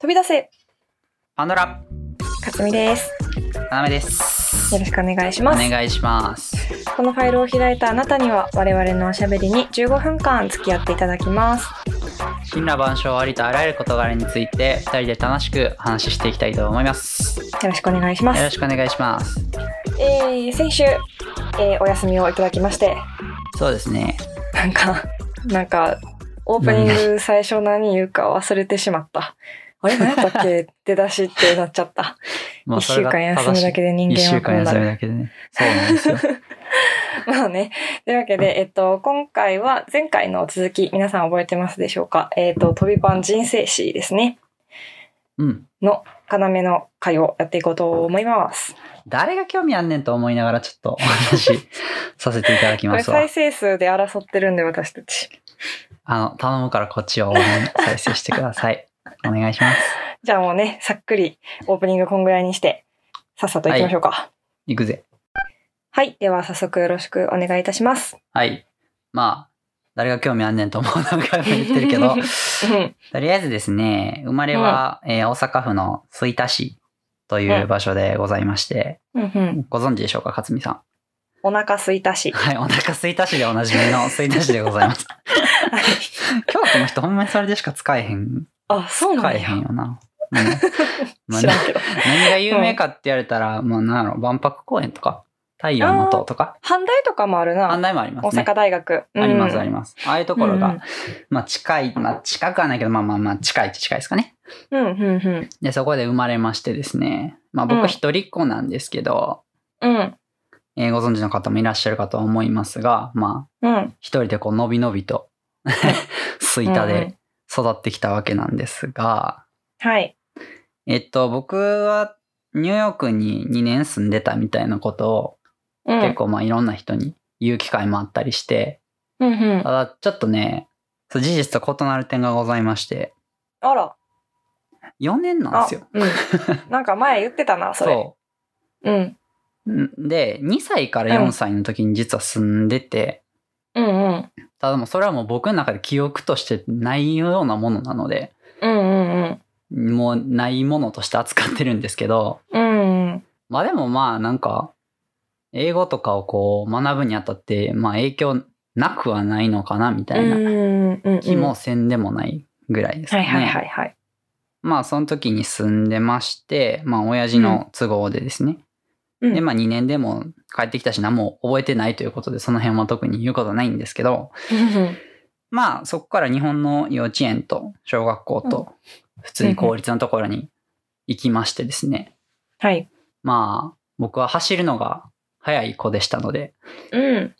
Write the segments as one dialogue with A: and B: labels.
A: 飛び出せ
B: パンドラ、
A: かつみです。
B: なめです。
A: よろしくお願いし
B: お
A: ます。
B: 願いします。
A: このファイルを開いたあなたには我々のおしゃべりに15分間付き合っていただきます。
B: 金羅万象ありとあらゆる事柄について二人で楽しく話していきたいと思います。よ
A: よろしくお願いしま
B: ろ
A: す。
B: しくお願いします。
A: えー、先週、えーお休みをいただきまして、
B: そうですね。
A: なんか、なんか、オープニング最初何言うか忘れてしまった。あれ何やったっけ出だしってなっちゃ った。
B: も
A: 一週間休むだけ
B: で
A: で人
B: 一
A: 間はこ
B: 週間
A: うな
B: 休む
A: る。
B: だけでね。そうなんですよ。
A: まあね。というわけで、えっと、今回は前回の続き、皆さん覚えてますでしょうかえっと、飛びパン人生史ですね。
B: うん。
A: の要の会をやっていこうと思います。
B: 誰が興味あんねんと思いながらちょっとお話しさせていただき
A: こ
B: ま
A: れ
B: すわ
A: 再。生数で争ってるんで、私たち。
B: あの、頼むからこっちを応援再生してください。お願い します。
A: じゃあもうね、さっくりオープニングこんぐらいにして、さっさと行きましょうか。
B: いくぜ。
A: はい。では、早速よろしくお願いいたします。
B: はい。まあ、誰が興味あんねんと思う何回も言って るけど、
A: う ん。
B: とりあえずですね、生まれは、えー大阪府の吹田市という場所でございまして、
A: うんうん。
B: ご存知でしょうか、勝美さん。
A: お腹すいたし。
B: はい、お腹吹田市でおなじみの吹田市でござい ます。京都の人、ほんまにそれでしか使えへん。
A: あ、そうな
B: 使
A: ん
B: えへ
A: や
B: ん。よな。 うんまあ
A: 知らんけど。
B: 何が有名かって言われたら、まあ、なんやろ、万博公園とか、太陽の塔とか、
A: 阪大とかもある
B: 案
A: な。
B: 内もあり
A: 大
B: ますね。
A: 阪大学。
B: ありますあり
A: ま
B: ます。ああいうところが、
A: うん
B: まあ近い、まあ近くはないけど、まあまあまあ近いっちゃ近いですかね。
A: す。うん、うん、うん。
B: で、そこで生まれましてですね。ま
A: う
B: あ
A: ん
B: 僕一人っ子なんですけど、
A: うん、
B: えーご存知の方もいらっしゃるかとは思いますが、まあ
A: うん。
B: 一人でこうのびのびと、 スイタ
A: うんう
B: で
A: ん
B: 育ってきたわけなんですが、
A: はい。
B: えっと僕はニューヨークに2年住んでたみたいなことを
A: うん。
B: 結構まあいろんな人に言う機会もあったりして、
A: うん、うん。
B: ただちょっとね、そう事実と異なる点がございまして、
A: あら。
B: 4年なんで
A: あ
B: すよ。、
A: うん。なんか前言ってたな、それ。。
B: そう
A: うん。
B: う。で、2歳から4歳の時に実は住んでて、
A: うん、うん。
B: ただもうそれはもう僕の中で記憶としてないようなものなので、
A: うん、うん、
B: もうないものとして扱ってるんですけど、
A: うん。うん。
B: まあでもまあなんか、英語とかをこう学ぶにあたって、まあ影響なくはないのかなみたいな
A: うん、うん。
B: 気もせんでもないぐらいですか
A: は
B: ね。
A: い、はい、はい、はい。
B: まあその時に住んでまして、まあ親父の都合でですね。
A: うん
B: でまあ2年でも帰ってきたし何も覚えてないということで、その辺は特に言うことはないんですけど、
A: うん
B: まあそこから日本の幼稚園と小学校と普通に公立のところに行きましてですね、
A: はい。
B: まあ僕は走るのが早い子でしたので
A: うん。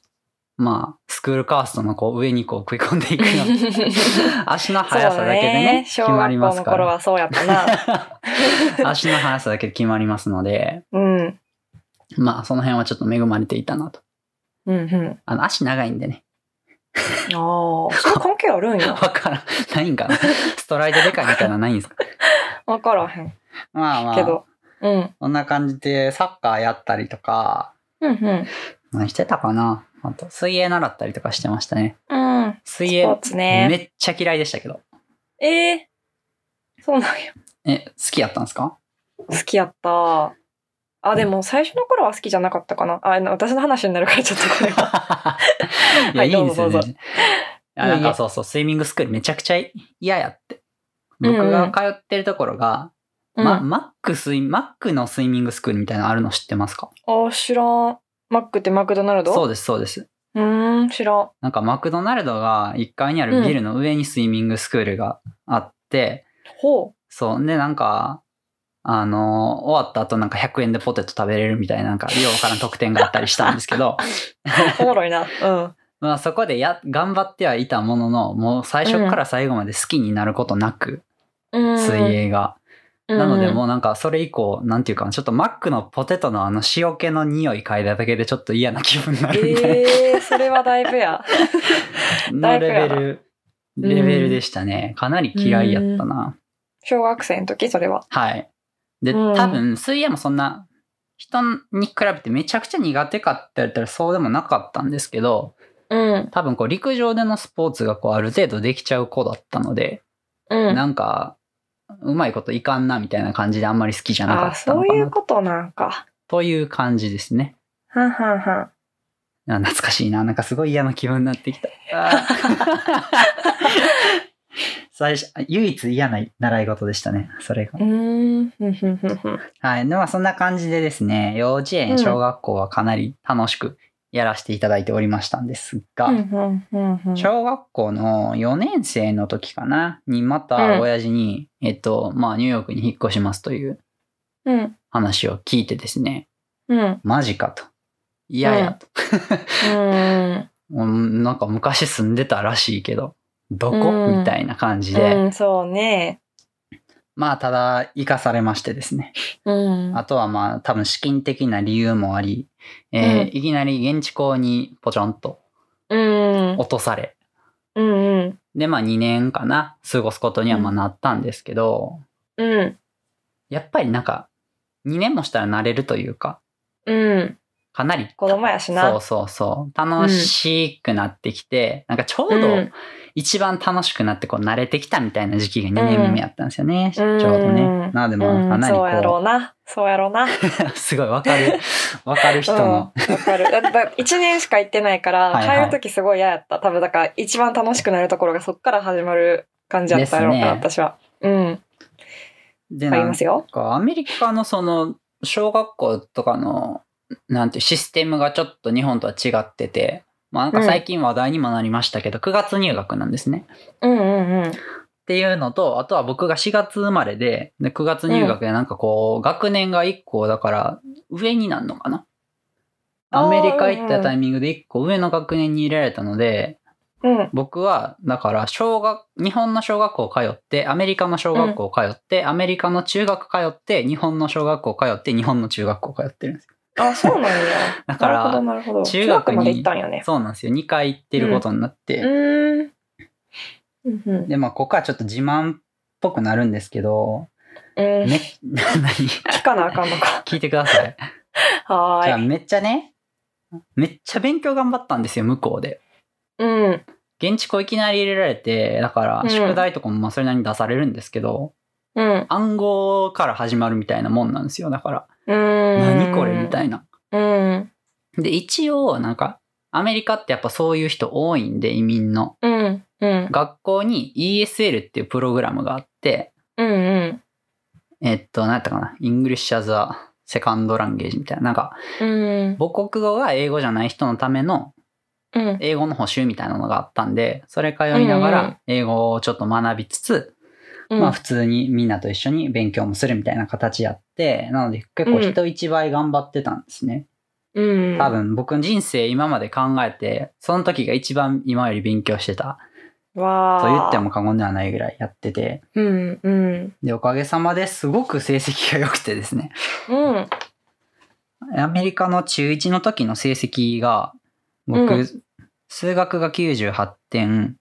B: まあスクールカーストのこう上にこう食い込んでいくよ うな足の 速さだけでね決
A: そう
B: ま
A: だね
B: り
A: 小
B: ま
A: 学校
B: す
A: の
B: か
A: 頃
B: ら
A: はそうやった な。
B: 足の速さだけで決まりますので
A: うん。うん、
B: まあその辺はちょっと恵まれていたなと
A: うん。
B: あの足長いんでね
A: ああ、それ関係あるん や。
B: わからんないんかなストライドでかいみたいなのないんですか
A: わからへん
B: まあま
A: け
B: あ
A: ど。うん。
B: こんな感じでサッカーやったりとか
A: うんうん。
B: 何してたかなあと、水泳習ったりとかしてましたね。
A: うん。
B: 水
A: スポー
B: 泳、
A: ツね。
B: めっちゃ嫌いでしたけど。
A: ええそうなんや。
B: え、好きやったんで すか
A: 好きやった。あ、でも最初の頃は好きじゃなかったかな。あ、あの私の話になるからちょっとこれは。
B: いや、
A: はい
B: い、いんですよ
A: どうぞどう
B: ね。
A: ぞ
B: いや、な
A: い
B: ん
A: えいえ
B: かそうそう、スイミングスクールめちゃくちゃ嫌やって。
A: うんうん
B: 僕が通ってるところが、ま、
A: うん。
B: マックスイ、マックのスイミングスクールみたいなのあるの知ってますか
A: あ、知らん。マックってマクドナルド
B: そう
A: う。
B: です、そうです。
A: うーん、知らん。
B: なんかマクドナルドが1階にあるビルの上にスイミングスクールがあって、
A: ほ
B: そう。で、なんか、あのー終わった後なんか100円でポテト食べれるみたいな、なんか、ようわからん特典があったりしたんですけ ど、
A: う。おもろいな。うん。
B: まあそこでや、頑張ってはいたものの、もう最初から最後まで好きになることなく、
A: うん。
B: 水泳が。
A: うん。
B: なのでもうなんか、それ以降、なんていうかな、ちょっとマックのポテトのあの塩気の匂い嗅いだだけでちょっと嫌な気分になるみたい
A: ええそれはだいぶや。
B: な、のレベ
A: だい
B: ル、レベルでしたね。かなり嫌いやったな。
A: 小学生の時、それは。
B: はい。で、
A: うん
B: 多分、水泳もそんな、人に比べてめちゃくちゃ苦手かって言ったらそうでもなかったんですけど、
A: うん。
B: 多分こう陸上でのスポーツがこうある程度できちゃう子だったので、
A: うん。
B: なんか、うまいこといかんなみたいな感じであんまり好きじゃな
A: あ
B: か
A: あ、
B: った
A: そ
B: の
A: う
B: か
A: いう
B: な
A: ことなんか。
B: という感じですね。
A: はんはんはん。
B: あ懐かしいな。なんかすごい嫌な気分になって きた。あー最初、唯一嫌な習い事でしたね。それが
A: う。ーん。ふんふんふんふん。
B: はい。で、まあそんな感じでですね、幼稚
A: う
B: 園、
A: ん
B: 小学校はかなり楽しくやらせていただいておりましたんですが、
A: うんふんふんふん
B: 小学校の4年生の時かな、にまた親父に、えっと、まあニューヨークに引っ越しますという
A: うん。
B: 話を聞いてですね、
A: うん。
B: マジかと。いやいやと。
A: うん。
B: うんなんか昔住んでたらしいけど、どこ、
A: うん
B: みたいな感じで、
A: うん、そうね。
B: まあただ生かされましてですね。
A: うん。
B: あとはまあ多分資金的な理由もあり、えー
A: うん
B: いきなり現地校にポチョンと
A: うん。
B: 落とされ、
A: うんうん。
B: でまあ2年かな、過ごすことにはまあなったんですけど、
A: うん。
B: やっぱりなんか2年もしたら慣れるというか、
A: うん。
B: かなり
A: 子供やしな。
B: そうそうそう、楽しくなってきて、なんかちょうど一番楽しくなってこう慣れてきたみたいな時期が2年目やったんですよね、ち
A: うん
B: ょうどね。なのでまあかなり
A: うん、そうやろ
B: こ
A: うな。そうやろうな。
B: う、 すごいわかる、わか る人
A: う
B: の、
A: ん、わかる。だ だ1年しか行ってないから、
B: はいはい
A: 帰る時すごい嫌やった。多分だから、一番楽しくなるところがそっから始まる感じやったやろうから、
B: で
A: 私は。うん。
B: で
A: わかりますよ。
B: かアメリカのその小学校とかのなんていうシステムがちょっと日本とは違ってて、まあ、なんか最近話題にもなりましたけど、9月入学なんですね。っ
A: うんうんうん。
B: ていうのとあとは僕が4月生まれでで9月入学でなんかこう、学年が1個だから上になるのかな。
A: あー
B: アメリカ行ったタイミングで1個上の学年に入れられたので、
A: うん。
B: 僕は、だから、小学、日本の小学校通って、アメリカの小学校通って、アメリカの中学通って、日本の小学校通って、日本の中学校通ってるんですよ。
A: あ、そうなんや。
B: だから
A: なるほど、なるほど。
B: 中学に
A: まで行ったんやね。
B: そうなんですよ。2回行ってることになっ
A: う
B: て。
A: ーん。うんうん
B: で、まあ、ここはちょっと自慢っぽくなるんですけど、
A: うん。
B: め、 何
A: 聞かなあかんのか。
B: 聞いてください。
A: は
B: じゃあ、
A: ーい。
B: めっちゃね、めっちゃ勉強頑張ったんですよ、向こうで。
A: うん。
B: 現地校いきなり入れられて、だか
A: う
B: ら、
A: ん
B: 宿題とかもまあそれなりに出されるんですけど、
A: うん。
B: 暗号から始まるみたいなもんなんですよ。だから、
A: うん。
B: 何これみたいな。
A: な。うん。
B: で、一応、なんか、アメリカってやっぱそういう人多いんで、移民の。
A: うん。うん。
B: 学校に ESL っていうプログラムがあって、
A: うんうん。
B: えっと、何やったかな、English as a Second Language みたいな、なんか、
A: うん。
B: 母国語が英語じゃない人のための
A: うん。
B: 英語の補習みたいなのがあったんで、それ通いなが
A: うんうん
B: ら英語をちょっと学びつつ、
A: うん
B: まあ普通にみんなと一緒に勉強もするみたいな形やって、なので結構人一倍頑張ってたんですね。
A: うん。
B: 多分僕の人生今まで考えて、その時が一番今より勉強してた
A: わあ。
B: と言っても過言ではないぐらいやってて、
A: うんうん。
B: で、おかげさまですごく成績が良くてですね、
A: うん。
B: アメリカの中1の時の成績が、僕、
A: う
B: 数学が98点、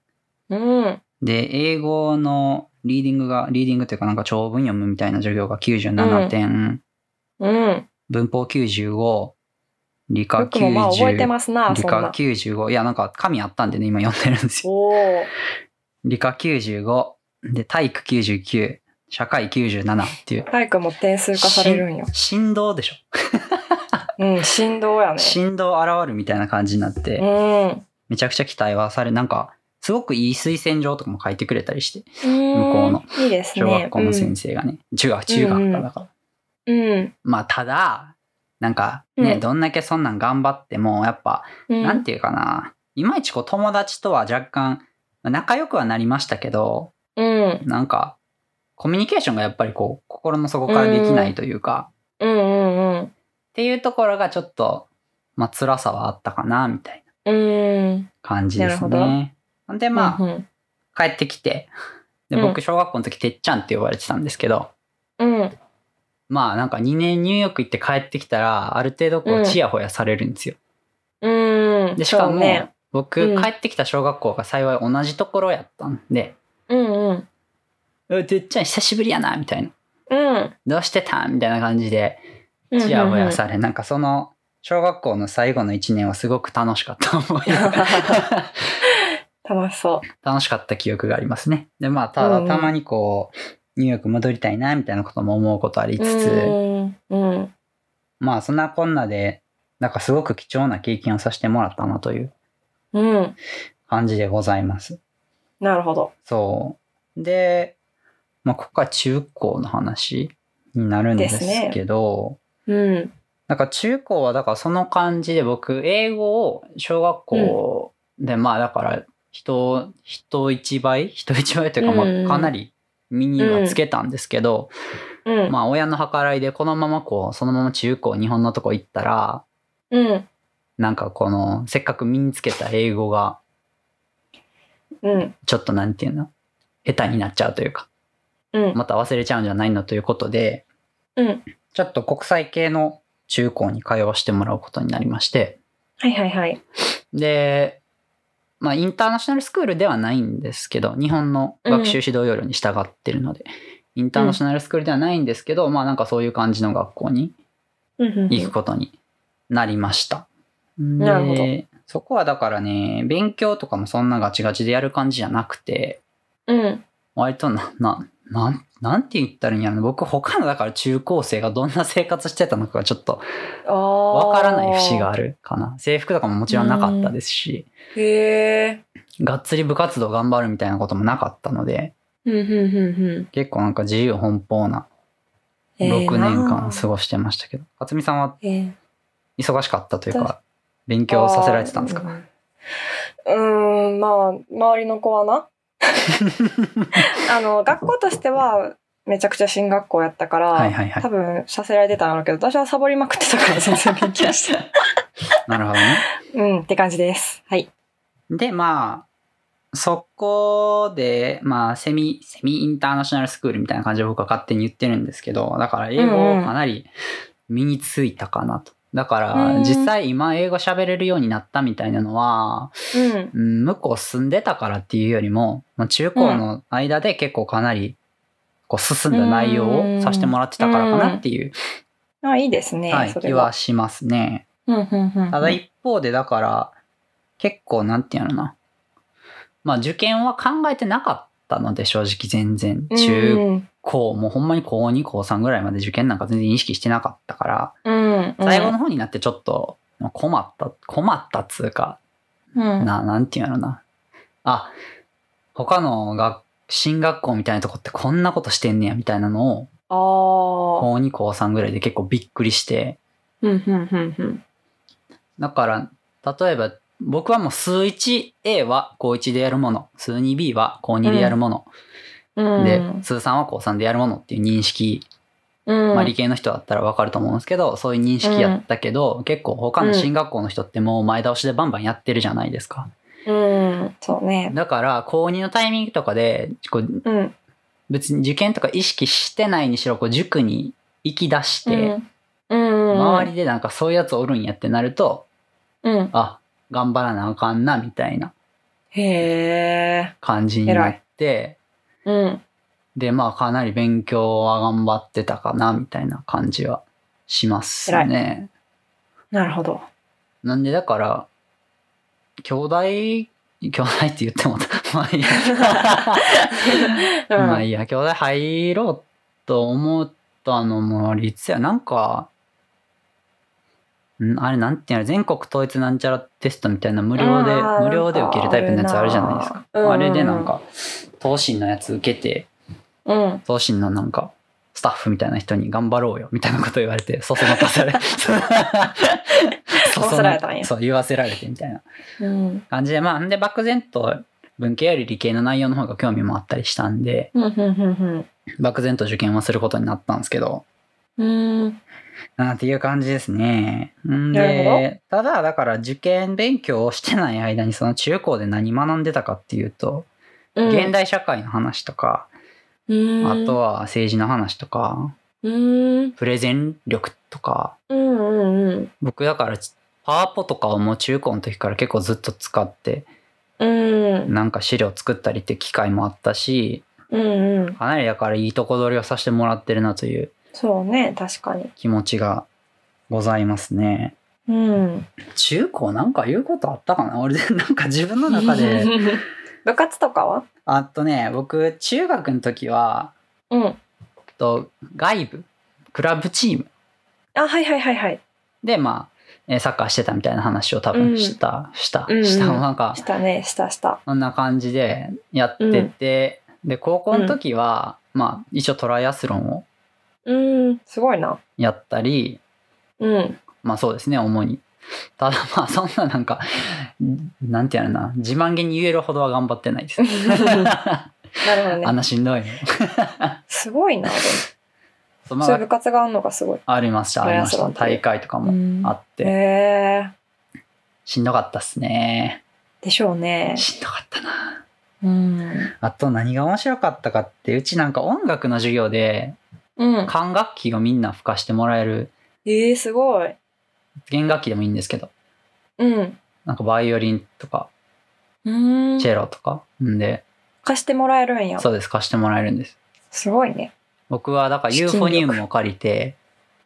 A: うん。
B: で、英語のリーディングが、リーディングというかなんか長文読むみたいな授業が97点、
A: うん。
B: 文法95、理科
A: よくもまあ覚えて
B: 90、
A: ますな、
B: 理
A: そん
B: 科
A: な。
B: 95、いやなんか紙あったんでね、今読んでるんですよ。
A: おお。
B: 理科95、で、体育99、社会97っていう。
A: 体育も点数化されるんよ。
B: しん振動でしょ。
A: うん、振動やね。
B: 振動現るみたいな感じになっ
A: う
B: て、
A: ん。う
B: めちゃくちゃ期待はされ、なんか、すごくいい推薦状とかも書いてくれたりして、
A: 向
B: こうの。
A: いいですね。
B: 小学校の先生がね、中学、中学かだから。
A: うん。
B: まあ、ただ、なんかね、
A: うん
B: どんだけそんなん頑張っても、やっぱ、
A: うん。
B: なんていうかな、いまいちこう友達とは若干、仲良くはなりましたけど、
A: うん。
B: なんか、コミュニケーションがやっぱりこう、心の底からできないというか、
A: うんうんうん。
B: っていうところがちょっと、まあ、辛さはあったかな、みたいな
A: うん。
B: 感じです
A: なる
B: ね。で、ま
A: う
B: あ、
A: ん
B: 帰ってきて、で、
A: うん
B: 僕、小学校の時、てっちゃんって呼ばれてたんですけど、
A: うん。うん。
B: まあ、なんか2年ニューヨーク行って帰ってきたら、ある程度こ
A: う
B: う、
A: ん
B: ちやほやされるんですよ。
A: うん。
B: で、しか
A: そう
B: も、
A: ね。
B: 僕、
A: うん
B: 帰ってきた小学校が幸い同じところやったんで、
A: うんうん。
B: うてっちゃん久しぶりやな、みたいな。
A: うん。
B: どうしてたみたいな感じで、
A: うん
B: ちやほやされ、なんかその、小学校の最後の1年はすごく楽しかった思 いが
A: 楽しそ
B: 楽しかった記憶がありますね。で、まあ、ただ
A: うん
B: たまにこう、ニューヨーク戻りたいなみたいなことも思うことありつつ、
A: うんうん。
B: まあそんなこんなでなんかすごく貴重な経験をさせてもらったなという
A: うん。
B: 感じでございます。
A: なるほど。
B: そう。で、まあ、ここが中高の話になるんですけど、
A: うん。
B: なんか中高はだからその感じで僕、英語を小学校で、まあだから人、人一倍人一倍というか、
A: うんうん
B: まあかなり身にはつけたんですけど、
A: うん。
B: まあ親の計らいでこのままこう、そのまま中高日本のとこ行ったら、
A: うん。
B: なんかこの、せっかく身につけた英語が、
A: うん。
B: ちょっとなんていうの下手になっちゃうというか、
A: うん。
B: また忘れちゃうんじゃないのということで、
A: うん。
B: ちょっと国際系の中高に通わしてもらうことになりまして、
A: はいはいはい。
B: で、まあ、インターナショナルスクールではないんですけど、日本の学習指導要領に従ってるので、インターナショナルスクールではないんですけど、まあ、なんかそういう感じの学校に
A: うんうんうん
B: 行くことになりました。
A: なるほど
B: で、そこはだからね、勉強とかもそんなガチガチでやる感じじゃなくて、
A: うん。
B: 割とな、な、なん、なんて言ったらいいんやろな僕、他のだから中高生がどんな生活してたのかがちょっと
A: ああ。
B: わからない節があ。るかな。制服とかももちろんなかったですし、
A: へえ。
B: がっつり部活動頑張るみたいなこともなかったので、
A: うんうんうんうん。
B: 結構なんか自由奔放な
A: ええな
B: 6年間を過ごしてましたけど、勝美さんは
A: ええ
B: 忙しかったというか、勉強させられてたんですか
A: あーうん、うーんまあ、周りの子は な。あの、学校としては、めちゃくちゃ進学校やったから、
B: はいはいはい
A: 多。分させられてたんだろうけど、私はサボりまくってたから全然勉強 して。
B: なるほどね。
A: うん、って感じです。はい。
B: で、まあ、そこで、まあ、セミ、セミインターナショナルスクールみたいな感じで僕は勝手に言ってるんですけど、だから英語をかなり身についたかなと。だから
A: う、ん
B: 実際今英語喋れるようになったみたいなのは、
A: うん。
B: うん向こう住んでたからっていうよりも、まあ、中高の間で結構かなり、こう進んだ内容をさせてもらってたからかなっていう、
A: あ、いいですね。
B: はい、
A: そ
B: 気
A: れ
B: は
A: は。
B: しますね。
A: うん、うん、うん。
B: ただ一方でだから、結構なんていうのな。まあ受験は考えてなかったので正直全然。中
A: うん
B: 高、もうほんまに高2高3ぐらいまで受験なんか全然意識してなかったから、
A: うん。
B: 最後の方になってちょっと困った、困ったっつうか、
A: うん。
B: な、なんていうのな。あ、他の学、進学校みたいなとこってこんなことしてんねやみたいなのを、
A: ああ。
B: 高2高3ぐらいで結構びっくりして、
A: うん、うん、うん、うん。
B: だから、例えば、僕はもう数 1A は高1でやるもの、数 2B は高2でやるもの、
A: うん。
B: で、数3は高3でやるものっていう認識、
A: うん、
B: まあ理系の人だったらわかると思うんですけど、そういう認識やったけど、結構他の進学校の人ってもう前倒しでバンバンやってるじゃないですか。
A: うん。そうね。
B: だから、高2のタイミングとかで、こう
A: うん。
B: 別に受験とか意識してないにしろ、こう塾に行き出して、
A: うん、うん。
B: 周りでなんかそういうやつおるんやってなると、
A: り。うん。
B: あ、頑張らなあかんな、みたいな。
A: へえ。
B: 感じになって、
A: うん。
B: で、まあかなり勉強は頑張ってたかな、みたいな感じはしますね。
A: なるほど。
B: なんでだから、兄弟、兄弟って言っても、 ま あいいや。
A: うん
B: まあいいや、兄弟入ろうと思ったのも、いつや、なんか、んあれなんていうの全国統一なんちゃらテストみたいな無料で
A: あー
B: 無料で受けるタイプのやつあるじゃないですか
A: うん
B: あれでなんか東進のやつ受けて
A: うん。
B: 東進のなんか、スタッフみたいな人に頑張ろうよみたいなこと言われて、そそのか され、そ
A: わせられたんや
B: そう、言わせられてみたいな
A: うん。
B: 感じで、まあ、んで漠然と文系より理系の内容の方が興味もあったりしたんで、
A: うん、うん、うん、
B: 漠然と受験はすることになったんですけど、
A: うん。うん。
B: なんていう感じですね。ん
A: な
B: で、ただ、だから受験勉強をしてない間に、その中高で何学んでたかっていうと、現代社会の話とか、
A: うん、
B: あとは政治の話とか、
A: うん。
B: プレゼン力とか、
A: うん、うん、うん。
B: 僕だからパワポとかをもう中高の時から結構ずっと使って
A: うん。
B: なんか資料作ったりって機会もあったし
A: うん。うん。
B: かなりだからいいとこ取りをさせてもらってるなという
A: そうね、確かに。
B: 気持ちがございますね
A: うん。
B: 中高なんか言うことあったかな 俺なんか自分の中で
A: 部活とかは
B: あとね僕中学の時は
A: うん。
B: と外部クラブチーム
A: あ、はいはいはいはい。
B: でまあえーサッカーしてたみたいな話を多分した、した
A: うんうん
B: したなんか
A: したね、したした。
B: そんな感じでやってて、で高校の時は、まあ一応トライアスロンを
A: うん、すごいな。
B: やったり
A: うん。
B: まあそうですね主にただまあそんななんかなんていうのかな自慢げに言えるほどは頑張ってないですあ
A: なるほど
B: ん
A: ね。
B: なしんどいの
A: すごいな。でも
B: そうま
A: そういう
B: あ
A: 部活があるのがすごい。
B: ありましたありまし
A: トライアスロ
B: た
A: ンって
B: 大会とかもあって、
A: へえ
B: しんどかったっすね
A: でしょうね。
B: しんどかったな
A: うん。
B: あと何が面白かったかってうちなんか音楽の授業で
A: うん。
B: 管楽器をみんな吹かしてもらえる
A: ええすごい。
B: 弦楽器でもいいんですけど
A: うん。
B: なんかバイオリンとか
A: うん。
B: チェロとかんで、
A: 貸してもらえるんや。
B: そうです貸してもらえるんです
A: すごいね。
B: 僕はだから
A: 資
B: ユー
A: 金
B: フォ
A: 力
B: ニウムを借りて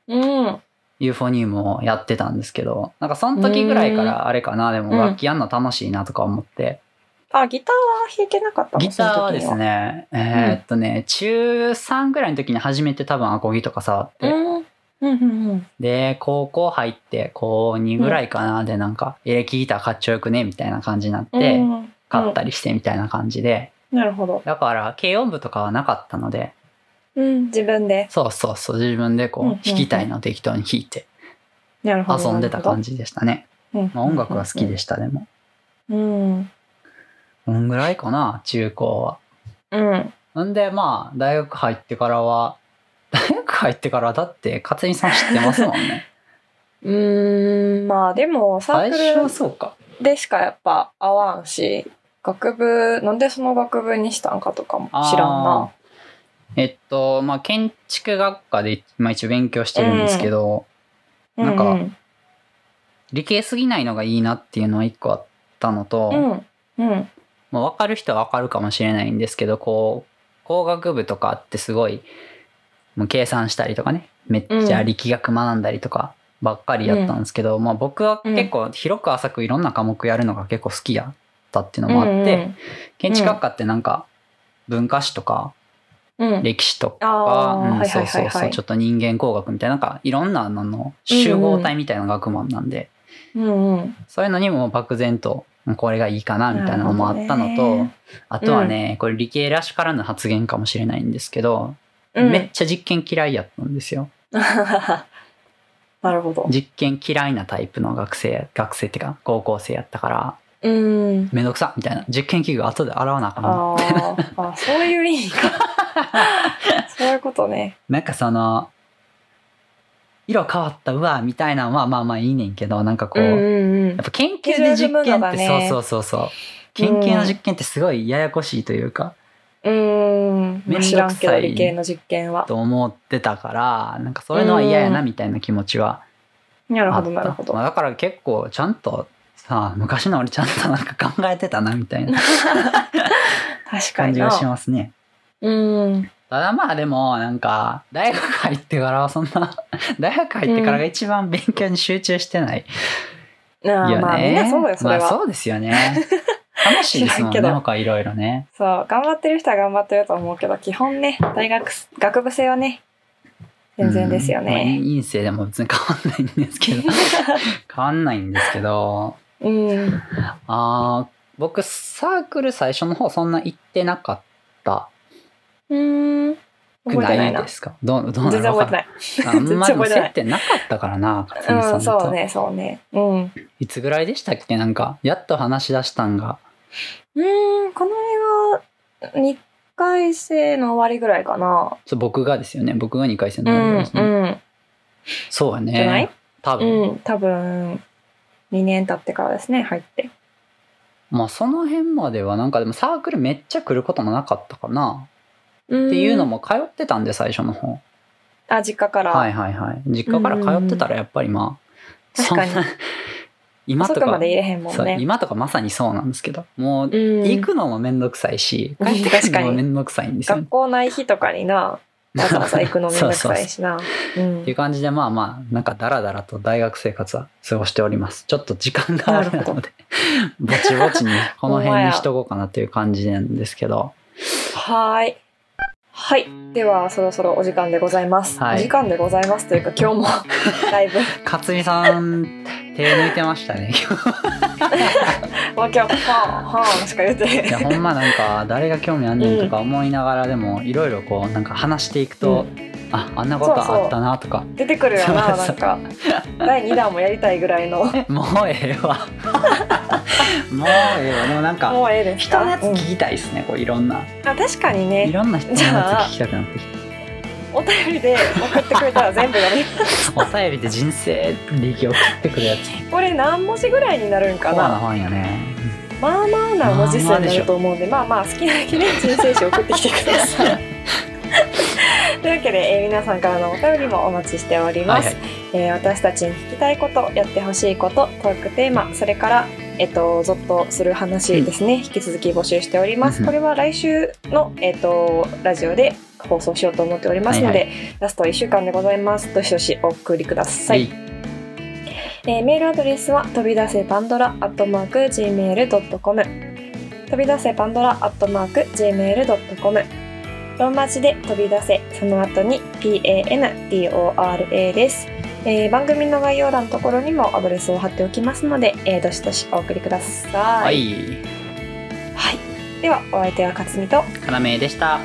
A: うん。
B: ユーフォニウムをやってたんですけどなんかその時ぐらいからあれかなでも
A: うん
B: 楽器やんの楽しいなとか思って、
A: あ、ギターは弾いてなかったの
B: ギターはです。ねえー
A: うん
B: っとね中3ぐらいの時に初めて多分アコギとか触っ
A: その時
B: て、
A: はうん。うんうんうん。
B: で高校入って高2ぐらいかな、でなんかエレキギターかっちょよくねみたいな感じになって、
A: うん
B: 買ったりしてみたいな感じで
A: なるほど。
B: だから軽音部とかはなかったので
A: うん、自分で。
B: そうそうそう自分でこう
A: うんうんうん
B: 弾きたいのを適当に弾いて
A: なるほど。
B: 遊んでた感じでしたね、
A: なるほど。
B: まあ、音楽は好きで
A: し
B: したでも
A: た。うん。うん。
B: こんぐらいかな中高は
A: うん
B: んでまあ大学入ってからは 大学入ってからだって勝美さん知ってますもん ね
A: うーん、まあでもサー
B: 最
A: ク
B: 初は
A: ル
B: そうか
A: でしかやっぱ合わんし、学部、なんでその学部にしたんかとかも知らんな。
B: えっとまあ建築学科で、まあ、一応勉強してるんですけど、なんか
A: う
B: 理系すぎないのがいいなっていうのは一個あったのと、
A: うん。うん。
B: まあ、分かる人は分かるかもしれないんですけどこう工学部とかってすごいもう計算したりとかねめっちゃ力学学んだりとかばっかりやったんですけど、まあ、僕は結構広く浅くいろんな科目やるのが結構好きやったっていうのもあって、建築学科ってなんか文化史とか
A: うん。うん。
B: 歴史とか、
A: あー
B: うん
A: はい
B: そ
A: は
B: う
A: い
B: そ
A: は
B: う
A: い
B: そ
A: は
B: う
A: い
B: ちょっと人間工学みたいななんかいろんなあの集合体みたいな学問なんで、
A: うんうん。
B: そういうのにも漠然とこれがいいかなみたいなのもあったの
A: なるほど
B: と
A: ね
B: あとはね、これ理系らしからぬ発言かもしれないんですけど、
A: うん
B: めっちゃ実験嫌いやったんですよ
A: なるほど。
B: 実験嫌いなタイプの学生学生っていうか高校生やったから
A: うん。
B: めんどくさみたいな実験器具後で洗わなあかんな
A: あーあ、そういう意味 か。そういうことね。
B: なんかその色変わったうわみたいなのはまあまあいいねんけどなんかこう、
A: うん
B: や
A: うんうん
B: っぱ研究
A: 非
B: で実
A: 常に無
B: 験
A: の
B: っ
A: が
B: て、
A: ね
B: そうそうそうそう研究の実験ってすごいややこしいというか、
A: うーん、まあ知らんけど
B: めんどくさい
A: 理系の実験は。
B: と思ってたからなんかそういうのは嫌やな
A: うん
B: みたいな気持ちは
A: なるほ
B: あっ
A: ど
B: た
A: なるほど
B: ま。あ、だから結構ちゃんとさ昔の俺ちゃんと なんか考えてたなみたいな
A: 確か
B: 感
A: に
B: じが
A: な。
B: しますね
A: うん。
B: ただまあでもなんか大学入ってからはそんな 大学入ってからが一番勉強に集中してない
A: なあ
B: よね、
A: まあみんなそうだよそれ
B: まあ
A: は。
B: そうですよね楽しいですもん
A: 知らんけ
B: ね
A: ど
B: 他いろいろね
A: そう頑張ってる人は頑張ってると思うけど基本ね大学学部生はね全然ですよ
B: うん
A: ね。
B: まあ、陰性でも別に変わんないんですけ ど変わんないんですけど
A: うん。うん
B: あー僕サークル最初の方そんな行ってなかった
A: うん。
B: く
A: 覚え
B: な
A: てないいな
B: で。すかどうどうな
A: 全然覚えて
B: い
A: ない。
B: あ んまり
A: 全然覚えてない
B: 接点なかったからな勝美
A: う
B: さん
A: ん、そ
B: と、
A: うね、そうね。うん。う
B: いつぐらいでしたっけなんかやっと話し出したんが
A: ーん、この映画、2回生の終わりぐらいかな。
B: そう僕がですよね僕が2回戦
A: う
B: の
A: ん、う
B: ですね、
A: ん。
B: そうやね
A: じゃない
B: 多分、
A: うん、多分、2年経ってからですね、入って。
B: まあその辺まではなんかでもサークルめっちゃ来ることもなかったかな
A: っ
B: っていうの。も通ってたんで最初の方
A: あ、実家から。
B: はいはいはい実家から通ってたらやっぱりまあ、
A: 確かに
B: そんな今
A: 遅
B: と
A: く
B: か
A: まで入れへんもん
B: そう
A: ね。
B: 今とかまさにそうなんですけどもう
A: うん、
B: 行くのもめんどくさいし、
A: うん
B: 帰ってくる
A: 確か
B: の
A: に
B: もめんどくさいんですよ、
A: 学
B: ね。
A: 校ない日とかにな、わざわざ行くのめんどくさい
B: そうそうそう
A: しな。うん
B: っていう感じでまあまあなんかダラダラと大学生活は過ごしております。ちょっと時間があれなのでぼちぼちにこの辺にしとこうかなという感じなんですけど
A: はーい。はい。では、そろそろお時間でございます。
B: はい
A: お時間でございますというか、今日も だいぶ、
B: かつみさん、手抜いてました ね。
A: まあ今日、はん、はんしか言って
B: いや、
A: ない。
B: ほんまなんか、誰が興味あんねんとか思いながらでも、いろいろこう、なんか話していくと、あ、あんなことあったなとか、
A: 出てくるよな、なんか、第2弾もやりたいぐらいの、もう
B: もうええわ。 もうええわ。もうなんか、
A: ええです
B: 人
A: か
B: のやつ
A: うん
B: 聞きたいですね、こう、いろんな。
A: あ確かに
B: い
A: ね、
B: ろんな人の
A: じゃ
B: や
A: あ
B: つ聞きたくなってきた。
A: お便りで送ってくれたら全部 やります。
B: お便りで人生力を送ってくるやつ。
A: これ何文字ぐらいになるんか
B: コアな
A: な
B: 本やね。
A: まあまあな文字数になると思うんでまあまあ好きなだけね人生史送ってきてくだ さいというわけで、えー皆さんからのお便りもお待ちしており
B: は
A: ま
B: い
A: す、
B: はい。
A: えー私たちに聞きたいことやってほしいことトークテーマそれからえっとゾッとする話ですね、引き続き募集しておりま
B: う
A: す
B: ん
A: これは来週のえっとラジオで放送しようと思っておりますので、
B: はい
A: ラスト1週間でございますどしどしお送りくださいえーメールアドレスは飛び出せパンドラアットマーク Gmail.com 飛び出せパンドラアットマーク Gmail.com ローマ字で飛び出せその後に PANDORA です、えー番組の概要欄のところにもアドレスを貼っておきますので、えーどしどしお送りください、
B: は
A: はい
B: い。
A: ではお相手は勝美と
B: かなめでした。あ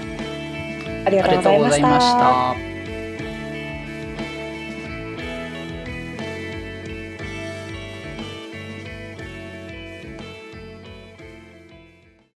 A: あり
B: り
A: がとうご
B: がと
A: ざ
B: う
A: い
B: ご
A: ま
B: ざ
A: し
B: いましたた。